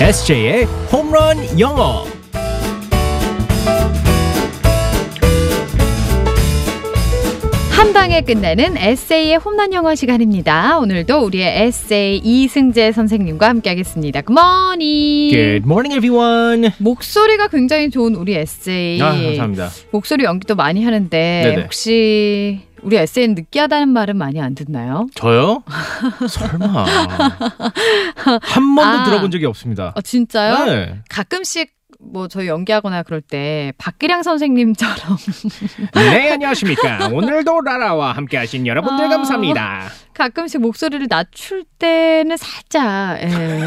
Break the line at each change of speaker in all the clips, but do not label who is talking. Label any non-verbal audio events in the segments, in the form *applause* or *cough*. SJ의 홈런 영어.
한 방에 끝내는 에세이의 홈런 영어 시간입니다. 오늘도 우리의 에세이 이승재 선생님과 함께하겠습니다. 굿모닝.
Good morning, everyone.
목소리가 굉장히 좋은 우리 에세이.
아, 감사합니다.
목소리 연기도 많이 하는데
네네.
혹시 우리 에세이는 느끼하다는 말은 많이 안 듣나요? *laughs*
저요? 설마. 한 번도
아.
들어본 적이 없습니다.
아, 진짜요?
네.
가끔씩 뭐 저희 연기하거나 그럴 때 박기량 선생님처럼 *laughs*
네, 안녕하십니까. 오늘도 라라와 함께하신 여러분들
아.
감사합니다.
가끔씩 목소리를 낮출 때는 살짝 예.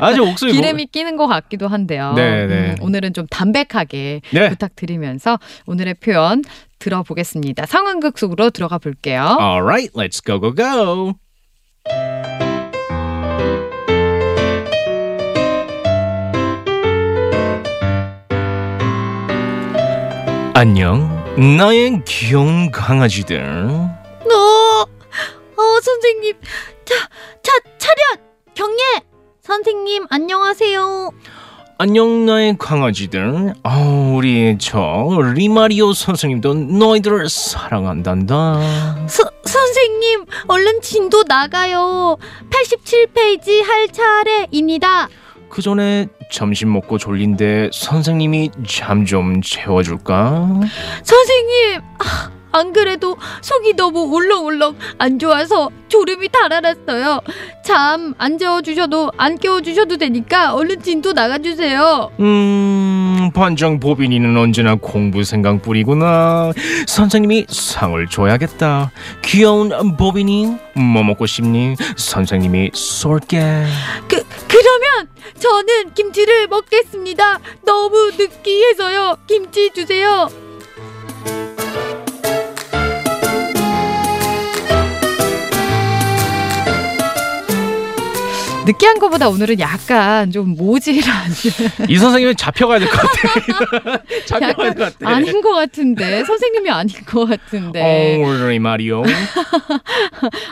아주 *laughs* 목소리 뭐-
기름이 끼는 것 같기도 한데요. 음,
네, 네.
오늘은 좀 담백하게
네.
부탁드리면서 오늘의 표현 들어보겠습니다. 상황극 속으로 들어가 볼게요.
All right, let's go go go. 안녕, 나의 귀여운 강아지들.
너, 어, 선생님, 차, 차, 차렷! 경례! 선생님, 안녕하세요.
안녕 나의 강아지들. 아, 우리 저 리마리오 선생님도 너희들을 사랑한단다.
서, 선생님, 얼른 진도 나가요. 87페이지 할 차례입니다.
그 전에 점심 먹고 졸린데 선생님이 잠 좀 재워줄까?
선생님, 아, 안 그래도 속이 너무 울렁울렁 안 좋아서 졸음이 달아났어요. 잠 안 재워주셔도, 안 깨워주셔도 되니까 얼른 진도 나가주세요.
음, 반장 보빈이는 언제나 공부 생각뿐이구나. 선생님이 상을 줘야겠다. 귀여운 보빈이, 뭐 먹고 싶니? 선생님이 쏠게.
그, 그러면 저는 김치를 먹겠습니다. 너무 느끼해서요. 김치 주세요.
느끼한 것보다 오늘은 약간 좀
*laughs*
모질한
이 선생님은 잡혀가야 될 것 같아. 잡혀가야
약간
될 것 같아.
아닌 것 같은데 선생님이 아닌 것 같은데.
오, 리마리오.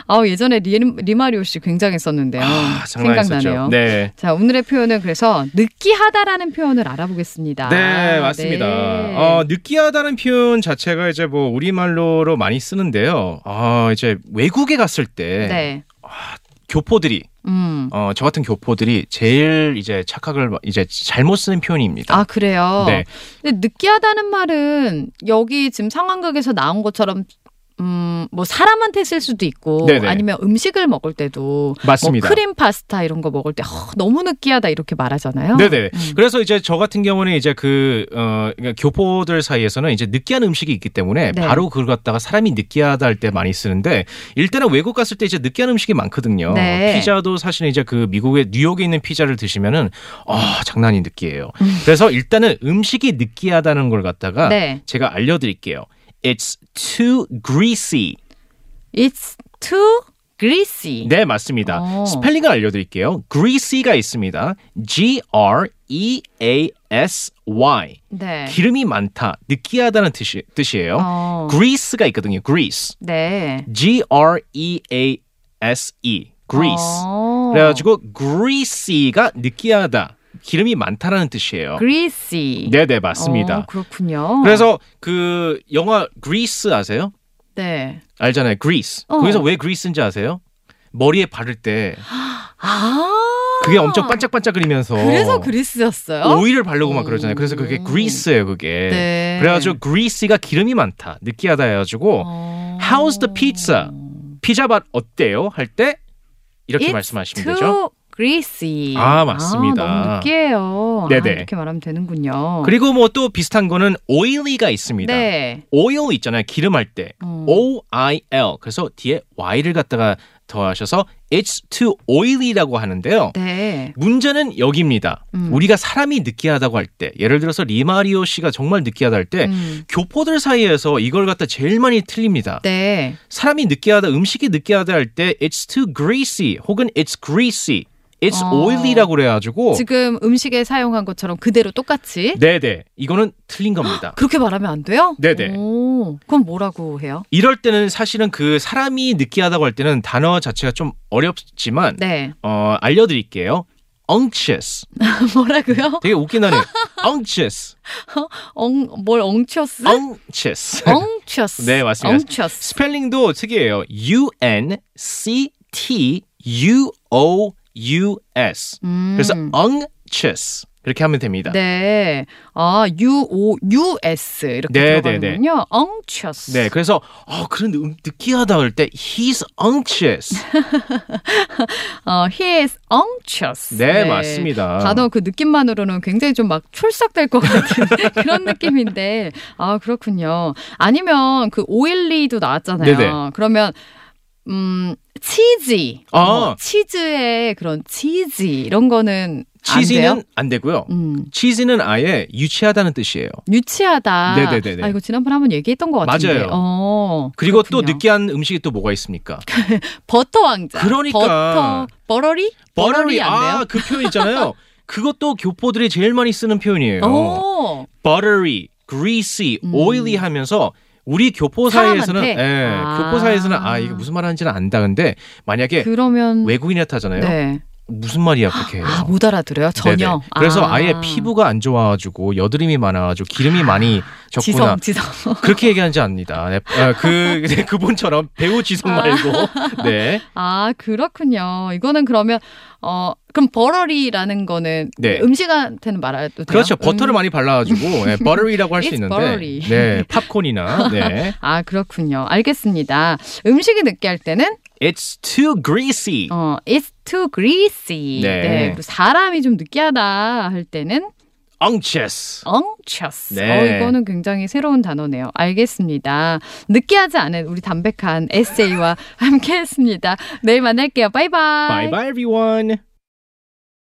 아 예전에 리, 리마리오 씨 굉장했었는데요.
아,
생각나네요.
장난했었죠. 네.
자 오늘의 표현은 그래서 느끼하다라는 표현을 알아보겠습니다.
네, 맞습니다.
네.
어, 느끼하다는 표현 자체가 이제 뭐 우리말로로 많이 쓰는데요. 아, 이제 외국에 갔을 때
네.
교포들이
음.
어, 저 같은 교포들이 제일 이제 착각을 마- 이제 잘못 쓰는 표현입니다.
아 그래요.
네.
근데 느끼하다는 말은 여기 지금 상황극에서 나온 것처럼 음, 뭐 사람한테 쓸 수도 있고
네네.
아니면 음식을 먹을 때도
맞습니다.
뭐 크림 파스타 이런 거 먹을 때 허, 너무 느끼하다 이렇게 말하잖아요.
네네.
음.
그래서 이제 저 같은 경우는 이제 그, 어, 그러니까 교포들 사이에서는 이제 느끼한 음식이 있기 때문에
네.
바로 그걸 갖다가 사람이 느끼하다 할 때 많이 쓰는데 일단은 외국 갔을 때 이제 느끼한 음식이 많거든요.
네.
피자도 사실 이제 그 미국의 뉴욕에 있는 피자를 드시면은 아, 장난이 느끼해요.
음.
그래서 일단은 음식이 느끼하다는 걸 갖다가
네.
제가 알려드릴게요. It's too greasy.
It's too greasy.
네, 맞습니다.
어.
스펠링을 알려드릴게요. greasy가 있습니다. G R E A S Y.
네.
기름이 많다, 느끼하다는 뜻이, 뜻이에요.
어.
grease가 있거든요. grease.
네.
G R E A S E. grease.
어.
그래가지고 greasy가 느끼하다, 기름이 많다라는 뜻이에요.
greasy.
네, 네, 맞습니다.
어, 그렇군요.
그래서 그 영화 grease 아세요?
네.
알잖아요. grease.
어.
거기서 왜 grease인지 아세요? 머리에 바를 때
아.
그게 엄청 반짝반짝거리면서
그래서 그리스였어요.
오일을 바르고 막 그러잖아요. 그래서 그게
음.
그리스예요, 그게.
네.
그래가지고 그리스가 기름이 많다, 느끼하다 해가지고
어.
How's the pizza? 피자밭 어때요? 할 때 이렇게
It's
말씀하시면 되죠.
Too greasy.
아, 맞습니다.
너무 느끼해요. 아,
네네.
이렇게 말하면 되는군요.
그리고 뭐 또 비슷한 거는 oily가 있습니다.
네.
oil 있잖아요, 기름할 때.
음.
O I L. 그래서 뒤에 y를 갖다가 더하셔서 it's too oily라고 하는데요.
네.
문제는 여기입니다.
음.
우리가 사람이 느끼하다고 할 때, 예를 들어서 리마리오 씨가 정말 느끼하다 할 때,
음.
교포들 사이에서 이걸 갖다 제일 많이 틀립니다.
네.
사람이 느끼하다, 음식이 느끼하다 할 때 it's too greasy 혹은 it's greasy, it's
어.
oily라고 그래가지고
지금 음식에 사용한 것처럼 그대로 똑같이
네네 이거는 틀린
*gasps*
겁니다.
그렇게 말하면 안 돼요?
네네.
오, 그럼 뭐라고 해요?
이럴 때는 사실은 그 사람이 느끼하다고 할 때는 단어 자체가 좀 어렵지만
네. *laughs*
어, 알려드릴게요. anxious.
뭐라고요?
되게
*laughs*
웃기다네. anxious.
엉, 뭘 엉쳤어?
anxious.
엉쳤어.
네, 맞습니다.
엉쳤어.
스펠링도 특이해요. U N C T U O U S.
음.
그래서 anxious 그렇게 하면 됩니다.
네. 아, U O U S 이렇게
네,
들어가는군요. 엉쳤어.
네, 그래서 아 그런 음, 느끼하다 그럴 때 he's anxious.
어, he is anxious. *laughs*
네, 맞습니다.
단어 그 느낌만으로는 굉장히 좀 막 출석될 것 같은 *laughs* 그런 느낌인데 아 그렇군요. 아니면 그 오일리도 나왔잖아요.
네네.
그러면 음 치즈,
아.
뭐 치즈의 그런 치즈 이런 거는 안 돼요?
치즈는 안 되고요.
음
치즈는 아예 유치하다는 뜻이에요.
유치하다.
네네네네.
아 이거 지난번에 한번 얘기했던 것 같은데.
맞아요.
어,
그리고 또
그렇군요.
느끼한 음식이 또 뭐가 있습니까?
버터 왕자.
그러니까.
버터 *laughs* 버러리? 버러리 안 돼요?
아그 표현
*laughs*
있잖아요. 그것도 교포들이 제일 많이 쓰는 표현이에요.
오.
buttery, greasy,
음.
oily 하면서 우리 교포 사이에서는
사람한테?
예,
아.
교포 사이에서는 아 이게 무슨 말 하는지는 안다. 근데 만약에
그러면
외국인한테 하잖아요.
네.
무슨 말이야 그렇게 해요.
아, 못 알아들어요. 전혀.
네네. 그래서
아.
아. 예 피부가 안 좋아가지고 여드름이 많아가지고 기름이 많이 적구나
지성 지성.
그렇게 얘기하는지 압니다. 네, 아,
*laughs*
그 네, 그분처럼 배우 지성 말고 네
아, 그렇군요. 이거는 그러면 어, 그럼 버러리라는 거는
네.
음식한테는 말해도 돼요?
그렇죠
음.
버터를 많이 발라가지고
*laughs*
예, buttery라고 할 수
It's
있는데
buttery.
네 팝콘이나
*laughs*
네
아, 그렇군요. 알겠습니다. 음식이 느끼할 때는
it's too greasy
어, it's too greasy.
네.
그리고 사람이 좀 느끼하다 할 때는
unctuous
unctuous.
네.
어, 이거는 굉장히 새로운 단어네요. 알겠습니다. 느끼하지 않은 우리 담백한 에세이와 함께했습니다. 내일 만날게요. 바이바이.
bye bye everyone